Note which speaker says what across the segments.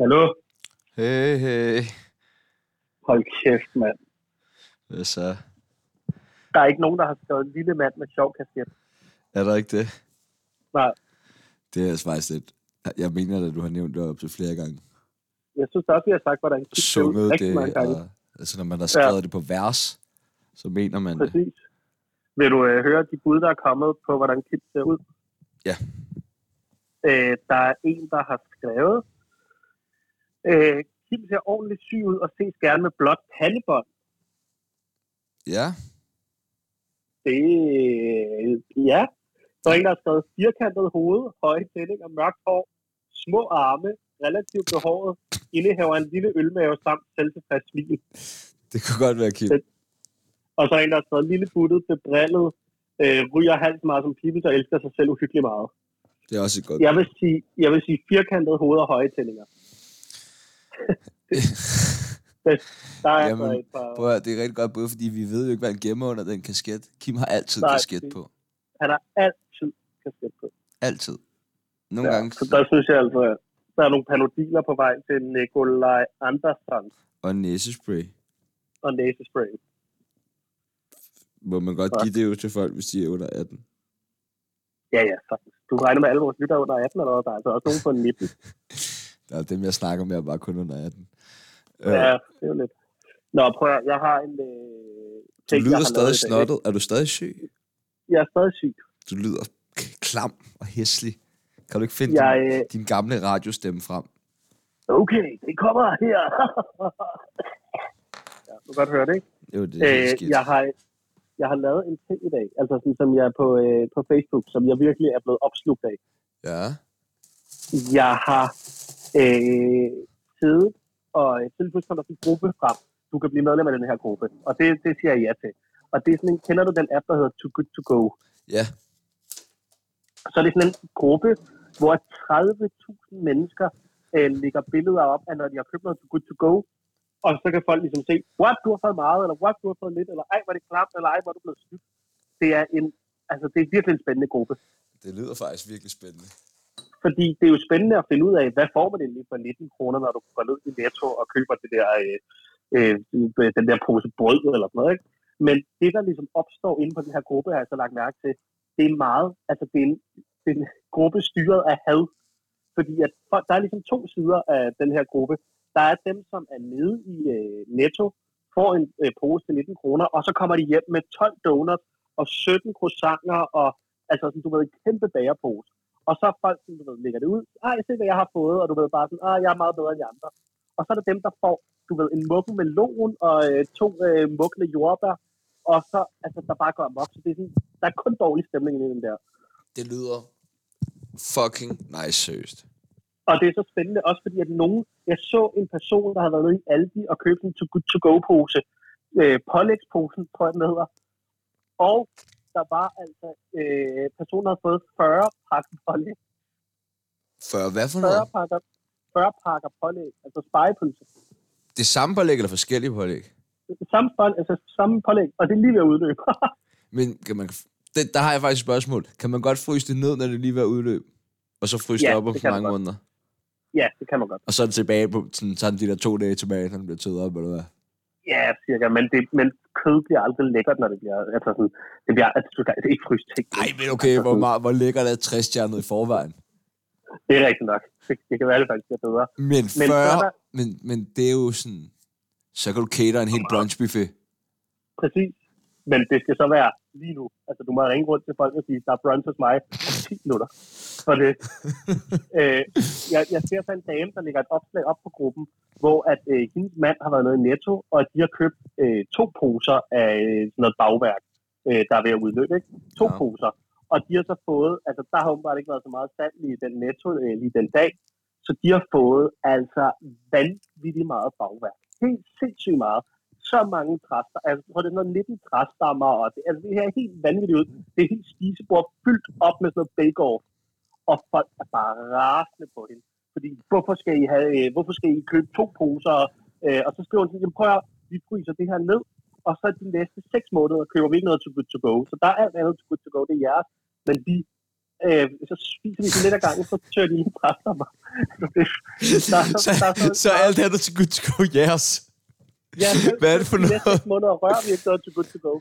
Speaker 1: Hallo?
Speaker 2: Hey, hey.
Speaker 1: Hold kæft, mand.
Speaker 2: Hvad så?
Speaker 1: Der er ikke nogen, der har skrevet en lille mand med sjov kasket.
Speaker 2: Er der ikke det?
Speaker 1: Nej.
Speaker 2: Det er altså faktisk lidt... Jeg mener at du har nævnt det op til flere gange.
Speaker 1: Jeg synes også, vi har sagt, hvordan det ser ud
Speaker 2: Sunget
Speaker 1: rigtig
Speaker 2: det,
Speaker 1: mange gange.
Speaker 2: og, altså når man har skrevet det på vers, så mener man det.
Speaker 1: Præcis. Vil du øh, høre de bud, der er kommet på, hvordan Kip ser ud?
Speaker 2: Ja.
Speaker 1: Øh, der er en, der har skrevet, øh, Kip ser ordentligt syg ud og ses gerne med blåt pandebånd.
Speaker 2: Ja,
Speaker 1: Det, øh, ja. Så er en, der har skrevet firkantet hoved, høje tændinger, mørkt hår, små arme, relativt behåret, indehaver en lille ølmave samt selvtilfreds smil.
Speaker 2: det kunne godt være Kim.
Speaker 1: Det- Og så er en, der har skrevet lille buttet, bebrillet, øh, ryger halvt meget som pibe, der elsker sig selv uhyggeligt meget.
Speaker 2: Det er også et godt...
Speaker 1: Jeg vil sige, jeg vil sige firkantet hoved og høje tændinger. Der er Jamen,
Speaker 2: Jamen,
Speaker 1: altså et par,
Speaker 2: Prøv at, høre, det er et rigtig godt bud, fordi vi ved jo ikke, hvad han gemmer under den kasket. Kim har altid
Speaker 1: Nej,
Speaker 2: kasket
Speaker 1: det-
Speaker 2: på.
Speaker 1: han har altid kasket på.
Speaker 2: Altid. Nogle
Speaker 1: Ja,
Speaker 2: gange...
Speaker 1: så der synes jeg altså, at der er nogle panodiler på vej til Nikolaj Andersson
Speaker 2: Og næsespray.
Speaker 1: og næsespray.
Speaker 2: Må man godt
Speaker 1: Ja.
Speaker 2: give det jo til folk, hvis de er under 18.
Speaker 1: Ja, ja, sagtens. Du regner med alle vores lyttere under 18 eller hvad? Der er altså også nogen på 19.
Speaker 2: Der er dem, jeg snakker med, er bare kun under 18. Øh,
Speaker 1: Ja, det er jo lidt. Nå, prøv at, jeg har en... Øh,
Speaker 2: du
Speaker 1: ting, jeg
Speaker 2: lyder
Speaker 1: har lavet
Speaker 2: stadig
Speaker 1: i dag.
Speaker 2: snottet. Er du stadig syg?
Speaker 1: Jeg er stadig syg.
Speaker 2: Du lyder k- klam og hæslig. Kan du ikke finde
Speaker 1: Jeg,
Speaker 2: jeg...
Speaker 1: øh,
Speaker 2: din, din gamle radiostemme frem?
Speaker 1: okay, det kommer her. ja, du kan godt høre det, ikke?
Speaker 2: Jo, det er helt
Speaker 1: Øh,
Speaker 2: skidt.
Speaker 1: jeg, har, jeg har lavet en ting i dag, altså sådan, som jeg er på, øh, på Facebook, som jeg virkelig er blevet opslugt af.
Speaker 2: Ja.
Speaker 1: Jeg har øh, siddet og øh, tilbudt sådan en gruppe frem. Du kan blive medlem af den her gruppe, og det, det siger jeg ja til. Og det er sådan en, kender du den app, der hedder Too Good To Go?
Speaker 2: Ja.
Speaker 1: Så er det sådan en gruppe, hvor 30.000 mennesker øh, lægger billeder op af, når de har købt noget Too Good To Go. Og så kan folk ligesom se, what, du har fået meget, eller what, du har fået lidt, eller ej, hvor er det klart, eller ej, hvor er du blevet snydt. Det er, en, altså, det er virkelig en spændende gruppe.
Speaker 2: Det lyder faktisk virkelig spændende.
Speaker 1: Fordi det er jo spændende at finde ud af, hvad får man egentlig for 19 kroner, når du går ned i Netto og køber det der, øh, øh, den der pose brød eller sådan noget. Ikke? Men det, der ligesom opstår inde på den her gruppe, har jeg så lagt mærke til, det er meget, altså det er en, det er en gruppe styret af had. Fordi at folk, der er ligesom to sider af den her gruppe. Der er dem, som er nede i øh, Netto, får en øh, pose til 19 kroner, og så kommer de hjem med 12 donuts og 17 croissanter og altså sådan, du ved, en kæmpe bagerpose. Og så er folk, sådan, du ved, lægger det ud. Ej, se hvad jeg har fået, og du ved bare sådan, ah, jeg er meget bedre end de andre. Og så er det dem, der får, du ved, en mukken melon og øh, to øh, mugne jordbær. Og så, altså, der bare går amok. Så det er sådan, der er kun dårlig stemning i den der.
Speaker 2: Det lyder fucking nice, seriøst.
Speaker 1: Og det er så spændende også, fordi at nogen, jeg så en person, der havde været nede i Aldi og købt en to-go-pose, øh, pålægsposen, tror jeg den hedder. Og der var altså, øh, personen havde fået 40 pakker pålæg,
Speaker 2: For hvad for
Speaker 1: 40
Speaker 2: noget?
Speaker 1: pakker, 40 pakker pålæg, altså spejepølse.
Speaker 2: Det samme pålæg eller forskellige pålæg?
Speaker 1: samme, bånd, altså samme pålæg, og det er lige ved at udløbe.
Speaker 2: Men kan man, det, der har jeg faktisk et spørgsmål. Kan man godt fryse det ned, når det lige er ved at udløbe? Og så fryse
Speaker 1: Ja,
Speaker 2: det op om
Speaker 1: det
Speaker 2: så
Speaker 1: kan
Speaker 2: mange
Speaker 1: man
Speaker 2: måneder?
Speaker 1: ja, det kan man godt.
Speaker 2: Og så er det tilbage på sådan, så er det de der to dage tilbage, når den bliver tødet op, eller hvad?
Speaker 1: Ja, cirka, men, det, men kød bliver aldrig lækkert, når det bliver, altså sådan, det bliver, altså, du kan altså ikke fryse ting.
Speaker 2: Ej, men okay, hvor, meget, hvor lækkert er 60 stjernet i forvejen?
Speaker 1: Det er rigtigt nok. Det, det kan være, det faktisk er bedre.
Speaker 2: Men
Speaker 1: Men
Speaker 2: 40,
Speaker 1: der-
Speaker 2: men, men det er jo sådan, så kan du cater en hel brunchbuffet.
Speaker 1: Præcis. Men det skal så være lige nu. Altså, du må ringe rundt til folk og sige, der er brunch hos mig om 10 minutter. For det. øh, jeg, jeg ser så en dame, der lægger et opslag op på gruppen, hvor at øh, hendes mand har været nede i Netto, og de har købt øh, to poser af øh, sådan noget bagværk, øh, der er ved at udløbe. Ikke? To
Speaker 2: Ja.
Speaker 1: ja. poser. Og de har så fået, altså der har åbenbart ikke været så meget salg i den Netto øh, lige den dag, så de har fået altså vanvittigt meget bagværk. Helt sindssygt meget så mange træster. Altså, jeg tror, det er noget 19 træstammer, og det, altså, det her er helt vanvittigt ud. Det er helt spisebord fyldt op med sådan noget bake -off. Og folk er bare rasende på hende. Fordi, hvorfor skal I, have, øh, hvorfor skal I købe to poser? Øh, og så skriver hun sådan, "Jamen, prøv at, høre, vi fryser det her ned, og så de næste seks måneder køber vi ikke noget to good to go. Så der er alt andet to good to go, det er jeres. Men vi øh, så spiser de så lidt af gangen, så tør de lige brænder mig. Der er så-
Speaker 2: så,
Speaker 1: der er så-
Speaker 2: så alt andet til good to go, yes.
Speaker 1: Ja, selv
Speaker 2: Hvad er det for
Speaker 1: de
Speaker 2: noget?
Speaker 1: næste seks måneder rører vi ikke noget til good to go.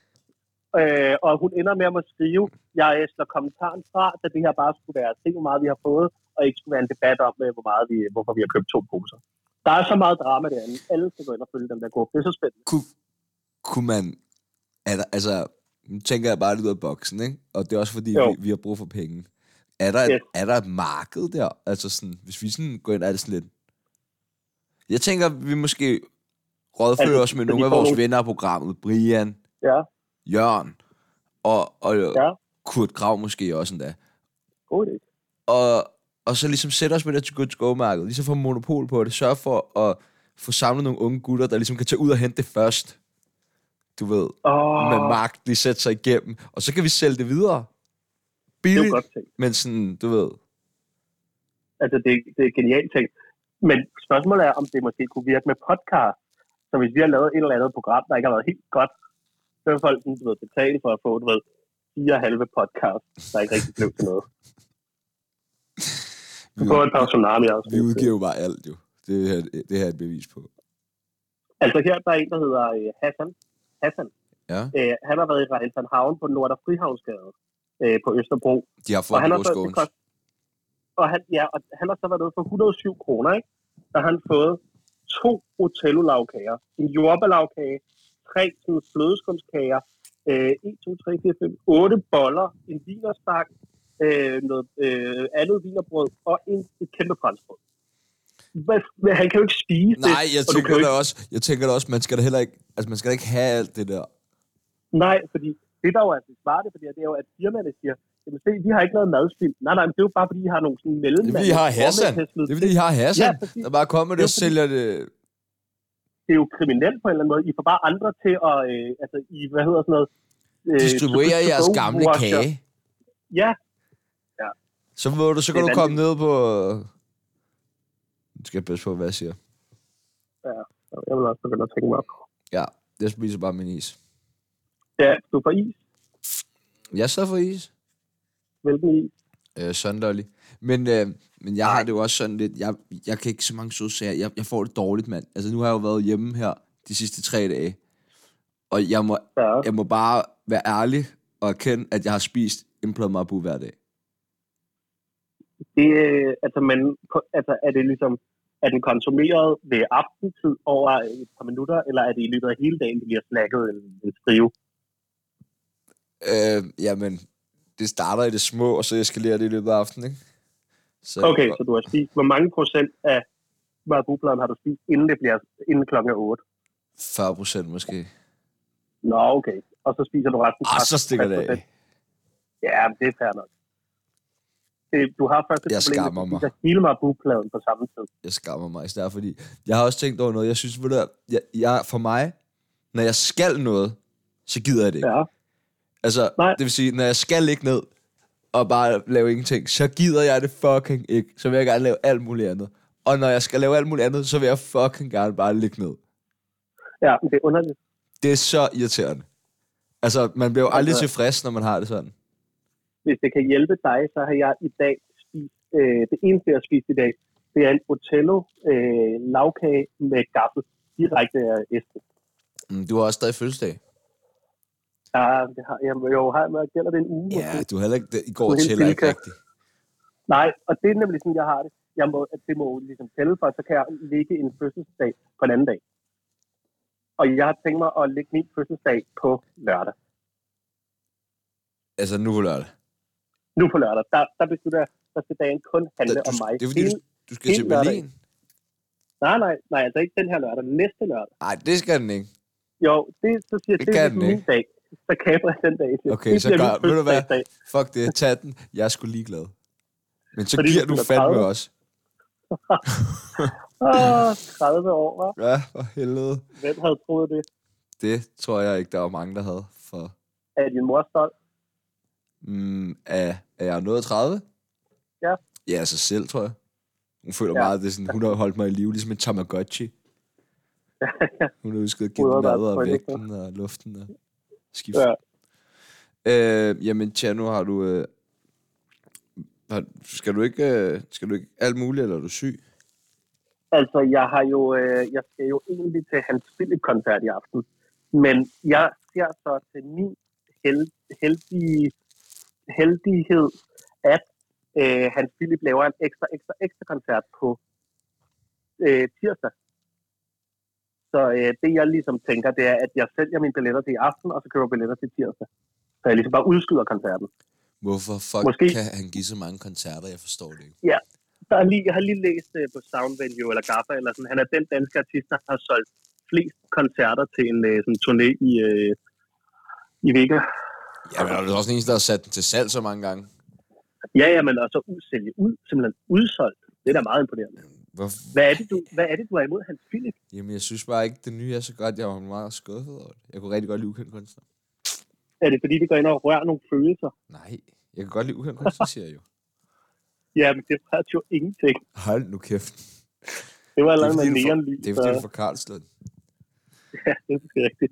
Speaker 1: Øh, og hun ender med at må skrive, jeg øh, slår kommentaren fra, da det her bare skulle være, se hvor meget vi har fået, og ikke skulle være en debat om, øh, hvor meget vi, hvorfor vi har købt to poser. Der er så meget drama derinde. Alle skal gå ind og følge den der gruppe. Det er så spændende.
Speaker 2: Kun, kunne man... Er der, altså, nu tænker jeg bare lidt ud af boksen, ikke? Og det er også fordi,
Speaker 1: Jo.
Speaker 2: vi, vi, har brug for penge. Er der, et,
Speaker 1: Yes.
Speaker 2: er der et marked der? Altså sådan, hvis vi sådan går ind, er det sådan lidt... Jeg tænker, vi måske rådfører
Speaker 1: Altså,
Speaker 2: os med
Speaker 1: så
Speaker 2: nogle
Speaker 1: de
Speaker 2: af
Speaker 1: får
Speaker 2: vores
Speaker 1: nogle-
Speaker 2: venner af programmet. Brian,
Speaker 1: Ja,
Speaker 2: Jørgen og, og
Speaker 1: Ja.
Speaker 2: ja. Kurt Grav måske også endda.
Speaker 1: god idé.
Speaker 2: og, og så ligesom sætte os med det til good to go-marked. Ligesom få monopol på det. Sørg for at få samlet nogle unge gutter, der ligesom kan tage ud og hente det først. Du ved,
Speaker 1: Åh,
Speaker 2: med magt, lige sætte sig igennem. Og så kan vi sælge det videre.
Speaker 1: det er
Speaker 2: Billigt,
Speaker 1: jo godt ting.
Speaker 2: men sådan, du ved.
Speaker 1: Altså, det, det er genialt ting. Men spørgsmålet er, om det måske kunne virke med podcast. Så hvis vi har lavet et eller andet program, der ikke har været helt godt, så vil folk du ved, betale for at få, du ved, fire halve podcast, der ikke rigtig blev til noget. Du
Speaker 2: Vi,
Speaker 1: får et par tsunami også.
Speaker 2: vi udgiver jo bare alt, jo. Det her, det her er et bevis på.
Speaker 1: Altså her, der er en, der hedder øh, Hassan. Hassan.
Speaker 2: Ja.
Speaker 1: Øh, han har været i Rejnsen Havn på Nord- og Frihavnsgade øh, på Østerbro.
Speaker 2: De har
Speaker 1: og
Speaker 2: fået
Speaker 1: han
Speaker 2: en
Speaker 1: har,
Speaker 2: god
Speaker 1: så,
Speaker 2: skåne.
Speaker 1: det kost, og han, ja, og han har så været nede for 107 kroner, ikke? Der har han fået to Otello-lavkager, en jordbærlavkage, tre sådan flødeskumskager, øh, 1, 2, 3, 4, 5, 8 boller, en vinerstak, øh, noget øh, andet vinerbrød og en, et kæmpe franskbrød. Hvad, hvad, han kan jo ikke spise det.
Speaker 2: Nej, jeg
Speaker 1: og du kan
Speaker 2: tænker,
Speaker 1: jo
Speaker 2: da også, jeg tænker da også, man skal da heller ikke, altså man skal da ikke have alt det der.
Speaker 1: Nej, fordi det, der jo er det smarte for det her, det er jo, at firmaerne siger, jamen se, vi har ikke noget madspild. Nej, nej, men det er jo bare, fordi I har nogle sådan mellem.
Speaker 2: Det er fordi, I har Hassan. Det er fordi, I har Hassan,
Speaker 1: Ja, præcis.
Speaker 2: der bare kommer
Speaker 1: Det
Speaker 2: det
Speaker 1: er
Speaker 2: og
Speaker 1: fordi-
Speaker 2: sælger det.
Speaker 1: det er jo kriminelt på en eller anden måde. I får bare andre til at, øh, altså, I, hvad hedder sådan noget? Øh,
Speaker 2: Distribuere
Speaker 1: to-
Speaker 2: jeres
Speaker 1: to-
Speaker 2: gamle
Speaker 1: washer.
Speaker 2: kage.
Speaker 1: Ja,
Speaker 2: Så, må du, så kan
Speaker 1: Det er
Speaker 2: du komme ned på... Nu skal jeg bedst på, hvad jeg siger.
Speaker 1: jeg vil også begynde at tænke mig op.
Speaker 2: Ja, jeg spiser bare min is.
Speaker 1: Ja, du får is.
Speaker 2: Jeg sad for is.
Speaker 1: Hvilken is?
Speaker 2: Øh, søndaglig. Men, øh, men jeg
Speaker 1: Nej.
Speaker 2: har det jo også sådan lidt... Jeg, jeg kan ikke så mange søde sager. Jeg, jeg får det dårligt, mand. Altså, nu har jeg jo været hjemme her de sidste tre dage. Og jeg må,
Speaker 1: Ja.
Speaker 2: jeg må bare være ærlig og erkende, at jeg har spist en plade marabu hver dag.
Speaker 1: Det, øh, altså, men, på- altså, er det ligesom, er den konsumeret ved aftentid over et par minutter, eller er det i løbet af hele dagen, det bliver snakket en, en skrive?
Speaker 2: Øh, jamen, det starter i det små, og så eskalerer det i løbet af aftenen, ikke? Så,
Speaker 1: Okay, så du har spist, hvor mange procent af marabupladen har du spist, inden det bliver inden klokken er 8?
Speaker 2: 40 procent måske.
Speaker 1: Nå, okay. Og så spiser du resten.
Speaker 2: Ah, så stikker det
Speaker 1: 60%.
Speaker 2: af.
Speaker 1: Ja, men det er fair nok. Det- Du har først et
Speaker 2: Jeg
Speaker 1: problem,
Speaker 2: skammer
Speaker 1: hvis
Speaker 2: mig.
Speaker 1: du spiser hele marabu-pladen på samme tid.
Speaker 2: jeg skammer mig især, fordi jeg har også tænkt over noget. Jeg synes, ved du, hvad, jeg, jeg, for mig, når jeg skal noget, så gider jeg det ikke. Ja.
Speaker 1: Ja,
Speaker 2: Altså,
Speaker 1: Nej.
Speaker 2: det vil sige, når jeg skal ligge ned og bare lave ingenting, så gider jeg det fucking ikke. Så vil jeg gerne lave alt muligt andet. Og når jeg skal lave alt muligt andet, så vil jeg fucking gerne bare ligge ned.
Speaker 1: ja men det er underligt.
Speaker 2: Det er så irriterende. Altså, man bliver jo aldrig
Speaker 1: Altså-
Speaker 2: tilfreds, når man har det sådan.
Speaker 1: Hvis det kan hjælpe dig, så har jeg i dag spist, øh, det eneste, jeg har spist i dag, det er en Otello øh, lavkage med gaffel direkte af æsken.
Speaker 2: Mm, Du har også stadig fødselsdag.
Speaker 1: Ja, det har, jeg, jo, har jeg med, gælder det en uge? måske?
Speaker 2: Ja, du har heller ikke... I går
Speaker 1: Du er helt
Speaker 2: til ikke
Speaker 1: bilka.
Speaker 2: rigtigt.
Speaker 1: Nej, og det er nemlig sådan, jeg har det. Jeg må, at det må jo ligesom tælle for, så kan jeg ligge en fødselsdag på en anden dag. Og jeg har tænkt mig at lægge min fødselsdag på lørdag.
Speaker 2: Altså, nu på lørdag.
Speaker 1: nu på lørdag, der, der beslutter jeg, der skal dagen kun handle
Speaker 2: Da-
Speaker 1: om
Speaker 2: du-
Speaker 1: mig.
Speaker 2: Det er fordi, du,
Speaker 1: Hele-
Speaker 2: du skal til
Speaker 1: hele lørdag.
Speaker 2: Berlin.
Speaker 1: Nej, nej, nej, altså ikke den her lørdag, næste lørdag.
Speaker 2: Nej, det skal den ikke.
Speaker 1: Jo, det, så siger jeg,
Speaker 2: Det
Speaker 1: det,
Speaker 2: kan
Speaker 1: er
Speaker 2: den
Speaker 1: ligesom min
Speaker 2: ikke.
Speaker 1: dag. Så kaprer jeg den dag. til.
Speaker 2: Okay,
Speaker 1: Det
Speaker 2: så
Speaker 1: bliver min
Speaker 2: gør- ved du hvad?
Speaker 1: fødselsdagsdag.
Speaker 2: Fuck det, tag den. Jeg er sgu ligeglad. Men så
Speaker 1: Fordi
Speaker 2: giver
Speaker 1: du
Speaker 2: du
Speaker 1: er
Speaker 2: fandme
Speaker 1: 30.
Speaker 2: også.
Speaker 1: Åh, 30 år, hva?
Speaker 2: Ja, for helvede.
Speaker 1: Hvem havde troet det?
Speaker 2: Det tror jeg ikke, der var mange, der havde. For
Speaker 1: Er din mor stolt?
Speaker 2: mm, er, er jeg nået 30?
Speaker 1: Ja.
Speaker 2: Ja, sig selv, tror jeg. Hun føler
Speaker 1: Ja.
Speaker 2: ja. meget, at det er sådan, hun har holdt mig i live, ligesom en Tamagotchi. Hun har husket at give
Speaker 1: Hun
Speaker 2: den
Speaker 1: har
Speaker 2: mad
Speaker 1: været
Speaker 2: og
Speaker 1: på en
Speaker 2: vægten og luften og skift.
Speaker 1: Ja.
Speaker 2: Ja. Øh, jamen, Tja, nu har du... Øh,
Speaker 3: Har, skal du ikke, øh, skal du ikke alt muligt, eller er du syg?
Speaker 1: Altså, jeg har jo, øh, jeg skal jo egentlig til Hans Philip-koncert i aften. Men jeg ser så til min held, heldige, heldighed, at øh, Hans Philip laver en ekstra, ekstra, ekstra koncert på øh, tirsdag. Så øh, det, jeg ligesom tænker, det er, at jeg sælger mine billetter til i aften, og så køber billetter til tirsdag. Så jeg ligesom bare udskyder koncerten.
Speaker 2: Hvorfor fuck
Speaker 1: Måske-
Speaker 2: kan han give så mange koncerter? Jeg forstår det ikke.
Speaker 1: Der er lige, jeg har lige læst øh, på Soundvenue eller Gaffa, eller sådan, han er den danske artist, der har solgt flest koncerter til en øh, sådan, turné i, øh, i Vega.
Speaker 2: Ja, men er du også den eneste, der har sat den til salg så mange gange?
Speaker 1: Ja, ja, men også sælge ud, simpelthen udsolgt. Det er da meget imponerende.
Speaker 2: Hvorfor?
Speaker 1: Hvad er det, du, hvad er, det, du er imod, Hans Philip?
Speaker 2: Jamen, jeg synes bare ikke, det nye er så godt. Jeg var meget skuffet over det. Jeg kunne rigtig godt lide ukendt kunstner.
Speaker 1: Er det, fordi det går ind og rører nogle følelser?
Speaker 2: Nej, jeg kan godt lide ukendt kunstner, siger jeg jo.
Speaker 1: Ja, men det rørte jo ingenting.
Speaker 2: Hold nu kæft.
Speaker 1: Det var allerede
Speaker 2: Det er
Speaker 1: med
Speaker 2: fordi, du får-
Speaker 1: neonlys.
Speaker 2: Det er
Speaker 1: så-
Speaker 2: fordi, du er fra Karlslund.
Speaker 1: Ja, det er måske rigtigt.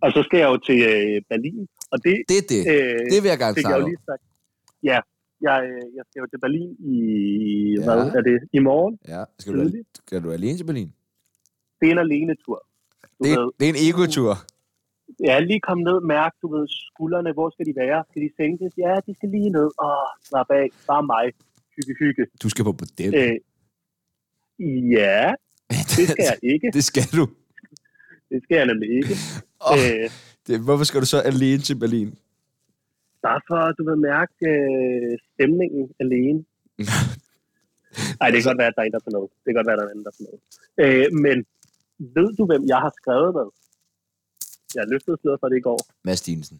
Speaker 1: Og så skal jeg jo til øh, Berlin, og det,
Speaker 2: Det er det.
Speaker 1: øh,
Speaker 2: Det vil jeg gerne
Speaker 1: fik jeg
Speaker 2: klare
Speaker 1: jo
Speaker 2: over.
Speaker 1: lige sagt. Ja, jeg, øh, jeg skal jo til Berlin i,
Speaker 2: Ja.
Speaker 1: ja. hvad er det, i morgen
Speaker 2: Ja, skal du,
Speaker 1: tidligt.
Speaker 2: skal du alene til Berlin?
Speaker 1: Det er en alene-tur. Du
Speaker 2: Det,
Speaker 1: ved,
Speaker 2: er- det er en egotur.
Speaker 1: ja, lige kom ned, mærk, du ved, skuldrene, hvor skal de være? Skal de sænkes? Ja, de skal lige ned. Åh, slap af, bare mig. Hygge, hygge.
Speaker 2: Du skal på bordel.
Speaker 1: Øh, ja, det skal jeg ikke.
Speaker 2: det skal du.
Speaker 1: Det skal jeg nemlig ikke.
Speaker 2: Åh,
Speaker 1: Øh,
Speaker 2: det, hvorfor skal du så alene til Berlin?
Speaker 1: bare for, du vil mærke øh, stemningen alene. Nej, det kan godt være, at der er en, der får noget. Det kan godt være, at der er en anden, der får noget. Øh, men ved du, hvem jeg har skrevet med? Jeg løftede sløret for det i går.
Speaker 2: Mads Dinesen.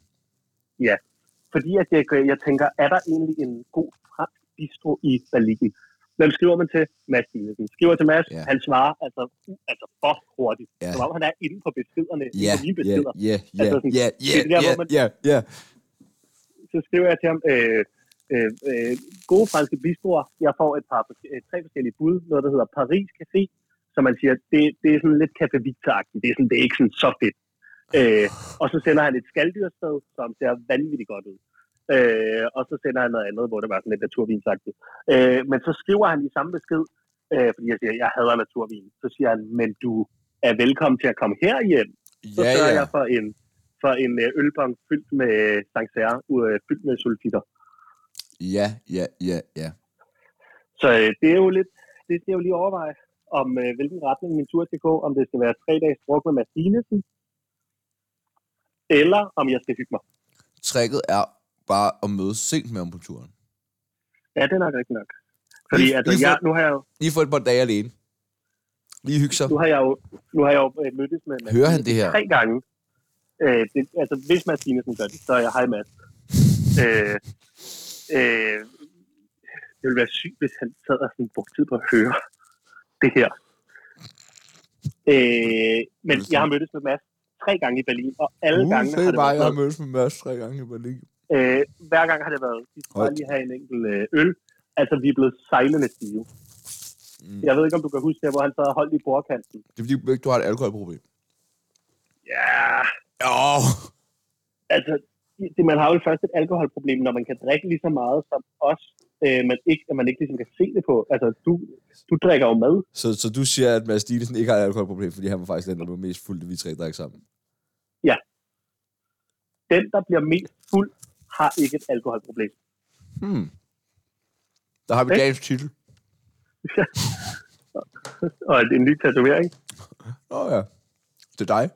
Speaker 1: Fordi at jeg, øh, jeg tænker, er der egentlig en god fransk bistro i Berlin? Hvem skriver man til? Mads Dinesen. Skriver til Mads,
Speaker 2: Ja.
Speaker 1: ja. han svarer altså, u- altså for hurtigt.
Speaker 2: Ja.
Speaker 1: Ja. Som om han er inde på beskederne. inde
Speaker 2: Ja,
Speaker 1: på mine
Speaker 2: ja,
Speaker 1: beskeder.
Speaker 2: ja, ja,
Speaker 1: Altså sådan,
Speaker 2: ja, ja,
Speaker 1: det er der,
Speaker 2: ja,
Speaker 1: hvor man-
Speaker 2: ja, ja.
Speaker 1: så skriver jeg til ham, øh, øh, øh, gode franske bistroer, jeg får et par, øh, tre forskellige bud, noget der hedder Paris Café, som man siger, det, det er sådan lidt Café Victor-agtigt, det er, sådan, det er ikke sådan så fedt. Øh, og så sender han et skaldyrsted, som ser vanvittigt godt ud. Øh, og så sender han noget andet, hvor det var sådan lidt naturvinsagtigt. Øh, men så skriver han i samme besked, øh, fordi jeg siger, jeg hader naturvin. Så siger han, men du er velkommen til at komme herhjem så
Speaker 2: Ja,
Speaker 1: sørger
Speaker 2: ja.
Speaker 1: jeg for en, for en øh, ølbong fyldt med Sancerre, øh, fyldt med sulfitter.
Speaker 2: Ja, ja, ja, ja.
Speaker 1: Så øh, det er jo lidt, det skal jeg jo lige overveje, om øh, hvilken retning min tur skal gå, om det skal være tre dages druk med Mads Dinesen, eller om jeg skal hygge mig.
Speaker 2: Tricket er bare at mødes sent med om på turen.
Speaker 1: Ja, det er nok rigtigt nok. Fordi
Speaker 2: Lige-
Speaker 1: altså,
Speaker 2: lige
Speaker 1: jeg,
Speaker 2: for-
Speaker 1: nu har jeg jo,
Speaker 2: Lige få et par dage alene. Lige hygge sig.
Speaker 1: nu har jeg jo, nu har jeg jo øh, mødtes med Mads
Speaker 2: Hører han det her?
Speaker 1: tre gange. Øh, det, altså, hvis Mads Dinesen gør det, så er jeg, hej Mads. Øh, øh, det ville være sygt, hvis han sad og sådan brugte tid på at høre det her. Øh, men jeg har mødtes med Mads tre gange i Berlin, og alle
Speaker 2: Uh,
Speaker 1: gange
Speaker 2: se
Speaker 1: har det
Speaker 2: bare,
Speaker 1: været
Speaker 2: jeg har
Speaker 1: sådan
Speaker 2: mødtes med Mads tre gange i Berlin.
Speaker 1: noget, øh, hver gang har det været, vi skal bare lige have en enkelt øh, øl. Altså, vi er blevet sejlende stive.
Speaker 2: Mm.
Speaker 1: Jeg ved ikke, om du kan huske det, hvor han sad og holdt i bordkanten.
Speaker 2: Det er fordi, du ikke- du har et alkoholproblem.
Speaker 1: Ja,
Speaker 2: Åh,
Speaker 1: altså, det, man har jo først et alkoholproblem, når man kan drikke lige så meget som os, øh, men ikke, at man ikke ligesom kan se det på. Altså, du, du drikker jo med.
Speaker 2: Så, så du siger, at Mads Dinesen ikke har et alkoholproblem, fordi han var faktisk den, der var mest fuld, da vi tre drak sammen.
Speaker 1: Den, der bliver mest fuld, har ikke et alkoholproblem.
Speaker 2: Hmm. Der har vi
Speaker 1: Ikke?
Speaker 2: dagens titel.
Speaker 1: Og en ny tatovering.
Speaker 2: Nå ja. Det er dig.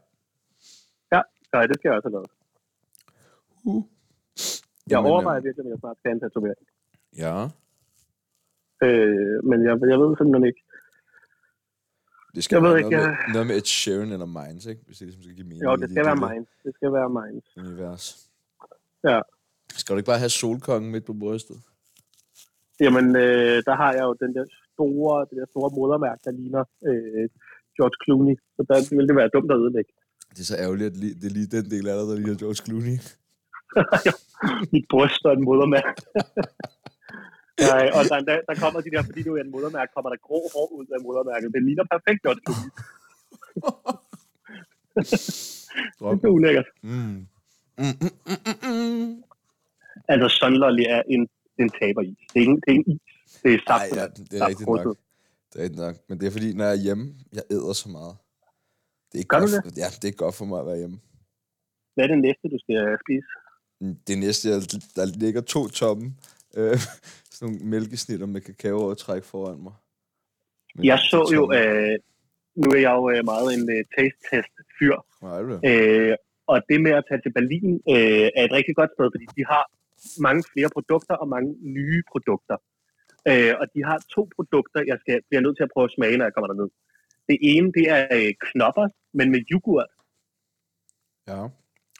Speaker 1: Så det skal jeg også have lavet.
Speaker 2: Uh.
Speaker 1: Jeg
Speaker 2: Jamen,
Speaker 1: overvejer virkelig, om jeg snart skal have en tatovering.
Speaker 2: øh, Ja,
Speaker 1: Øh, men jeg, jeg ved simpelthen ikke.
Speaker 2: det skal
Speaker 1: Jeg ved
Speaker 2: være
Speaker 1: ikke,
Speaker 2: noget, med, noget med et Sharon eller Minds, ikke? Hvis det ligesom skal give mening.
Speaker 1: Jo,
Speaker 2: i
Speaker 1: det skal være
Speaker 2: lille
Speaker 1: mine. Det skal være mine.
Speaker 2: Univers.
Speaker 1: Ja.
Speaker 2: Skal du ikke bare have solkongen midt på brystet?
Speaker 1: Jamen, øh, der har jeg jo den der store, det der store modermærke, der ligner øh, George Clooney. Så der ville det være dumt at ødelægge.
Speaker 2: Det er så ærgerligt, at li- det er lige den del af dig, der ligner George Clooney.
Speaker 1: mit bryst og en modermærke. Nej, og der, der, der kommer de der, fordi du er en modermærke, kommer der grå hår ud af modermærket. Det ligner perfekt godt.
Speaker 2: Drøm.
Speaker 1: Det er ulækkert.
Speaker 2: Mm. Mm, mm, mm, mm, mm.
Speaker 1: Altså, Sunlolly er en det er en taberis. Det er ikke det er ikke en is. Det er
Speaker 2: Nej,
Speaker 1: saftevand.
Speaker 2: ja, det er
Speaker 1: der er
Speaker 2: rigtigt nok.
Speaker 1: frosset.
Speaker 2: Det er rigtigt nok. Men det er fordi, når jeg er hjemme, jeg æder så meget. Det er ikke
Speaker 1: Gør du
Speaker 2: godt, For, ja, det er ikke godt for mig at være hjemme.
Speaker 1: Hvad er det næste, du skal spise?
Speaker 2: Det næste, jeg, der ligger to tomme, øh, sådan nogle mælkesnitter med kakaoovertræk foran mig. Men
Speaker 1: Jeg
Speaker 2: de
Speaker 1: så jo,
Speaker 2: tomme-
Speaker 1: øh, nu er jeg jo øh, meget en øh, taste-test-fyr,
Speaker 2: Nej, det er det.
Speaker 1: Øh, og det med at tage til Berlin øh, er et rigtig godt sted, fordi de har mange flere produkter og mange nye produkter. Øh, og de har to produkter, jeg skal, bliver nødt til at prøve at smage, når jeg kommer derned. Det ene, det er øh, knopper, men med yoghurt.
Speaker 2: Ja.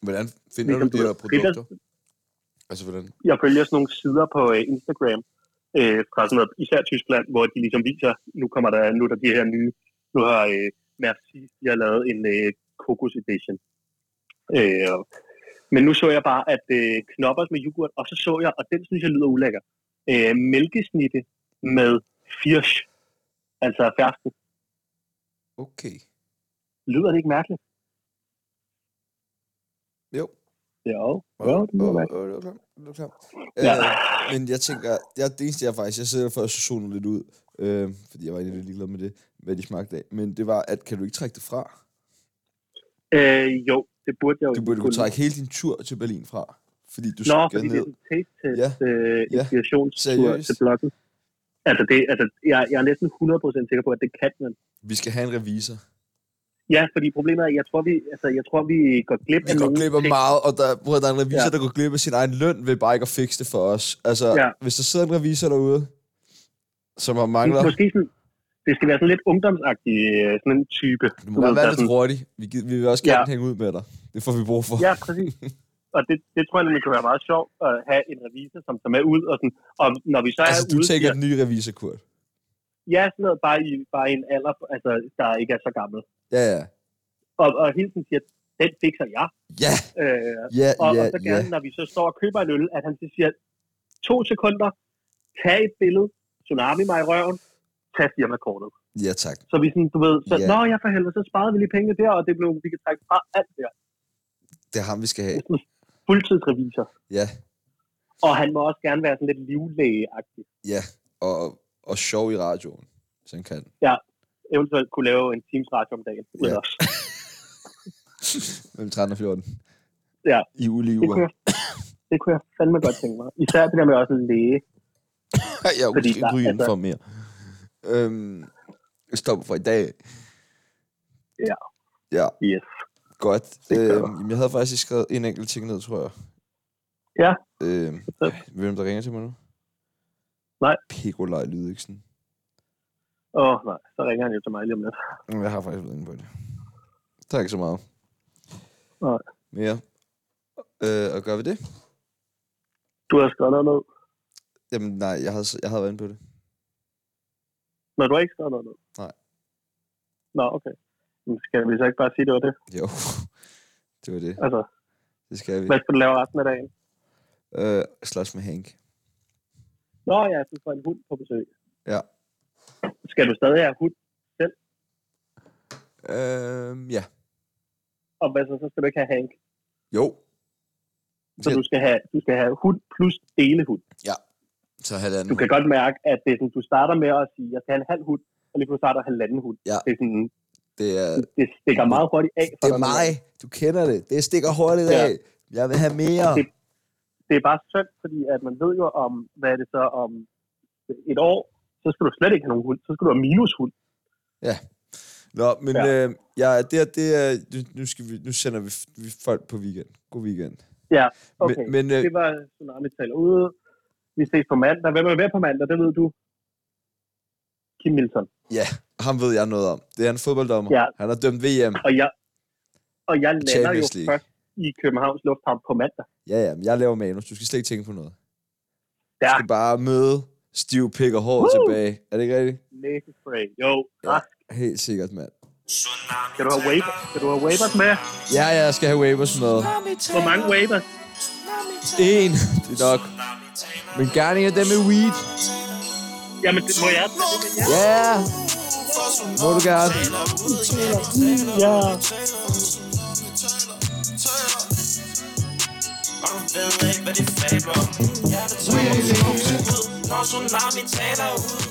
Speaker 2: Hvordan finder
Speaker 1: Ligesom
Speaker 2: du
Speaker 1: du
Speaker 2: de her
Speaker 1: ved, Peter-
Speaker 2: produkter? Altså, hvordan?
Speaker 1: Jeg følger sådan nogle sider på øh, Instagram øh, fra sådan noget, især Tyskland, hvor de ligesom viser, nu kommer der, nu er der de her nye, nu har øh, Merci, de har lavet en øh, kokos edition. Øh, men nu så jeg bare, at øh, knoppers med yoghurt, og så så jeg, og den synes jeg lyder ulækker, øh, mælkesnitte med firsch, altså færste.
Speaker 2: Okay.
Speaker 1: Lyder det ikke mærkeligt?
Speaker 2: Jo.
Speaker 1: Ja, jo, det lyder mærkeligt.
Speaker 2: det var klart. Det var klart.
Speaker 1: Ja.
Speaker 2: Øh, men jeg tænker, jeg, det eneste jeg faktisk, jeg sidder for at zone lidt ud, øh, fordi jeg var egentlig lidt ligeglad med det, hvad de smagte af, men det var, at kan du ikke trække det fra?
Speaker 1: Øh, jo, det burde jeg jo
Speaker 2: Du burde kunne trække hele din tur til Berlin fra, fordi du
Speaker 1: Nå,
Speaker 2: skal
Speaker 1: fordi det
Speaker 2: ned.
Speaker 1: er en taste-test
Speaker 2: Ja.
Speaker 1: ja. øh,
Speaker 2: Ja.
Speaker 1: inspirationstur
Speaker 2: Seriøst?
Speaker 1: til bloggen. Altså, det, altså jeg, jeg er næsten 100% sikker på, at det kan man.
Speaker 2: Vi skal have en revisor.
Speaker 1: Ja, fordi problemet er, at jeg tror, vi, altså, jeg tror, vi går glip
Speaker 2: Vi går
Speaker 1: nogle
Speaker 2: glip af
Speaker 1: ting.
Speaker 2: meget, og der, bror, der er en revisor, ja.
Speaker 1: Ja.
Speaker 2: der går glip af sin egen løn ved bare ikke at fikse det for os. Altså, ja.
Speaker 1: Ja.
Speaker 2: hvis der sidder en revisor derude, som har mangler...
Speaker 1: Måske sådan, det skal være sådan lidt ungdomsagtig øh, sådan en type.
Speaker 2: Du
Speaker 1: Du
Speaker 2: må
Speaker 1: ved,
Speaker 2: godt
Speaker 1: der
Speaker 2: være
Speaker 1: er
Speaker 2: lidt
Speaker 1: sådan-
Speaker 2: hurtig. Vi, gid- vi vil også gerne
Speaker 1: Ja.
Speaker 2: ja. hænge ud med dig. Det får vi brug for.
Speaker 1: Ja, præcis. Og det, det tror jeg nemlig kan være meget sjovt at have en revisor, som tager med ud. Og, sådan, og når vi så
Speaker 2: altså,
Speaker 1: er
Speaker 2: du
Speaker 1: ude,
Speaker 2: tænker
Speaker 1: siger,
Speaker 2: den nye revisor, Kurt.
Speaker 1: ja, sådan noget, bare i, bare i en alder, altså, der ikke er så gammel.
Speaker 2: Ja, ja.
Speaker 1: Og, og hele tiden siger, den fikser jeg.
Speaker 2: Ja,
Speaker 1: Øh,
Speaker 2: ja,
Speaker 1: Og,
Speaker 2: ja,
Speaker 1: og så gerne,
Speaker 2: ja.
Speaker 1: når vi så står og køber en øl, at han så siger, to sekunder, tag et billede, tsunami mig i røven, tag firmakortet.
Speaker 2: Ja, tak.
Speaker 1: Så vi sådan, du ved, så,
Speaker 2: Ja.
Speaker 1: yeah. nå ja for helvede, så sparede vi lige penge der, og det blev, vi kan trække fra alt der.
Speaker 2: Det er ham, vi skal have.
Speaker 1: Fuldtidsrevisor.
Speaker 2: Ja,
Speaker 1: Og han må også gerne være sådan lidt livlægeagtig.
Speaker 2: og, og sjov i radioen, hvis han kan.
Speaker 1: Eventuelt kunne lave en times radio om dagen.
Speaker 2: Ja.
Speaker 1: Yeah. Os.
Speaker 2: Mellem 13 og 14.
Speaker 1: Ja.
Speaker 2: I ulige
Speaker 1: Det,
Speaker 2: uger.
Speaker 1: kunne jeg, det kunne jeg fandme godt tænke mig. Især det der med også en læge.
Speaker 2: jeg er
Speaker 1: Fordi
Speaker 2: måske
Speaker 1: der-
Speaker 2: ryge
Speaker 1: altså-
Speaker 2: for mere. Øhm, jeg stopper for i dag.
Speaker 1: Ja.
Speaker 2: Ja,
Speaker 1: Yes.
Speaker 2: godt.
Speaker 1: Det gør
Speaker 2: Øhm, jamen, jeg havde faktisk skrevet en enkelt ting ned, tror jeg.
Speaker 1: Ja.
Speaker 2: Øhm,
Speaker 1: Så-
Speaker 2: ved du, om der ringer til mig nu?
Speaker 1: Nej.
Speaker 2: Pikolaj Lydiksen.
Speaker 1: Åh oh, nej, så ringer han jo til mig lige om lidt.
Speaker 2: Jamen, Jeg har faktisk været inde på det. Der er ikke så meget.
Speaker 1: Nej.
Speaker 2: Mere. Øh, og gør vi det?
Speaker 1: Du har skrevet noget ned.
Speaker 2: Jamen, nej, jeg havde, jeg havde været inde på det.
Speaker 1: Når du har ikke skrevet noget ned?
Speaker 2: Nej.
Speaker 1: Nå, okay. Men Skal vi så ikke bare sige, det var det?
Speaker 2: Jo, det var det.
Speaker 1: Altså,
Speaker 2: Det skal vi.
Speaker 1: hvad skal du lave resten af dagen?
Speaker 2: Øh, slås med Hank.
Speaker 1: Nå ja, du får en hund på besøg.
Speaker 2: Ja.
Speaker 1: Skal du stadig have hund?
Speaker 2: Øh, ja.
Speaker 1: Og hvad så, så skal du ikke have Hank.
Speaker 2: Jo.
Speaker 1: Så
Speaker 2: Ja.
Speaker 1: du skal have, du skal have hund plus delehund.
Speaker 2: Så halvanden.
Speaker 1: Du kan godt mærke, at det er sådan, du starter med at sige, jeg skal have en halv hund, og lige pludselig starter halvanden hund.
Speaker 2: Ja.
Speaker 1: Det, er sådan,
Speaker 2: Det er,
Speaker 1: det stikker meget hurtigt af. for
Speaker 2: det er
Speaker 1: dig, når
Speaker 2: mig. Du kender det. Det stikker hurtigt
Speaker 1: Ja.
Speaker 2: af. Jeg vil have mere.
Speaker 1: Det- det er bare synd, fordi at man ved jo om, hvad er det så om et år, så skal du slet ikke have nogen hund. Så skal du have minushund.
Speaker 2: Nå, men
Speaker 1: Ja.
Speaker 2: ja. øh, ja, det, er- det er, nu- nu, skal vi, nu sender vi, vi folk på weekend. God weekend.
Speaker 1: Ja, okay.
Speaker 2: Men, men øh,
Speaker 1: Det var Tsunami taler ude. Vi ses på mandag. Hvem er med på mandag? Det ved du. Kim Milton.
Speaker 2: ham ved jeg noget om. Det er en fodbolddommer.
Speaker 1: Ja.
Speaker 2: Han har dømt VM.
Speaker 1: Og jeg, og jeg lander jo
Speaker 2: Champions League.
Speaker 1: først i Københavns Lufthavn på mandag.
Speaker 2: Ja, ja, men jeg laver manus. Du skal slet ikke tænke på noget. Du
Speaker 1: Ja.
Speaker 2: skal bare møde stiv pik og hår
Speaker 1: Woo!
Speaker 2: tilbage. Er det ikke rigtigt?
Speaker 1: Næsespray. Jo,
Speaker 2: Ja.
Speaker 1: ja.
Speaker 2: Helt sikkert, mand.
Speaker 1: Skal du have wavers? Skal du have wavers med?
Speaker 2: Ja, ja, jeg skal have waivers med.
Speaker 1: Hvor mange wavers?
Speaker 2: En, det er nok. Men gerne en af dem med weed.
Speaker 1: Jamen, det må jeg tage det med jer.
Speaker 2: Ja, yeah. må du gerne.
Speaker 1: Ja.
Speaker 4: Taylor. ved ikke, hvad de faber om. Jeg er det tog, tsunami taler ud.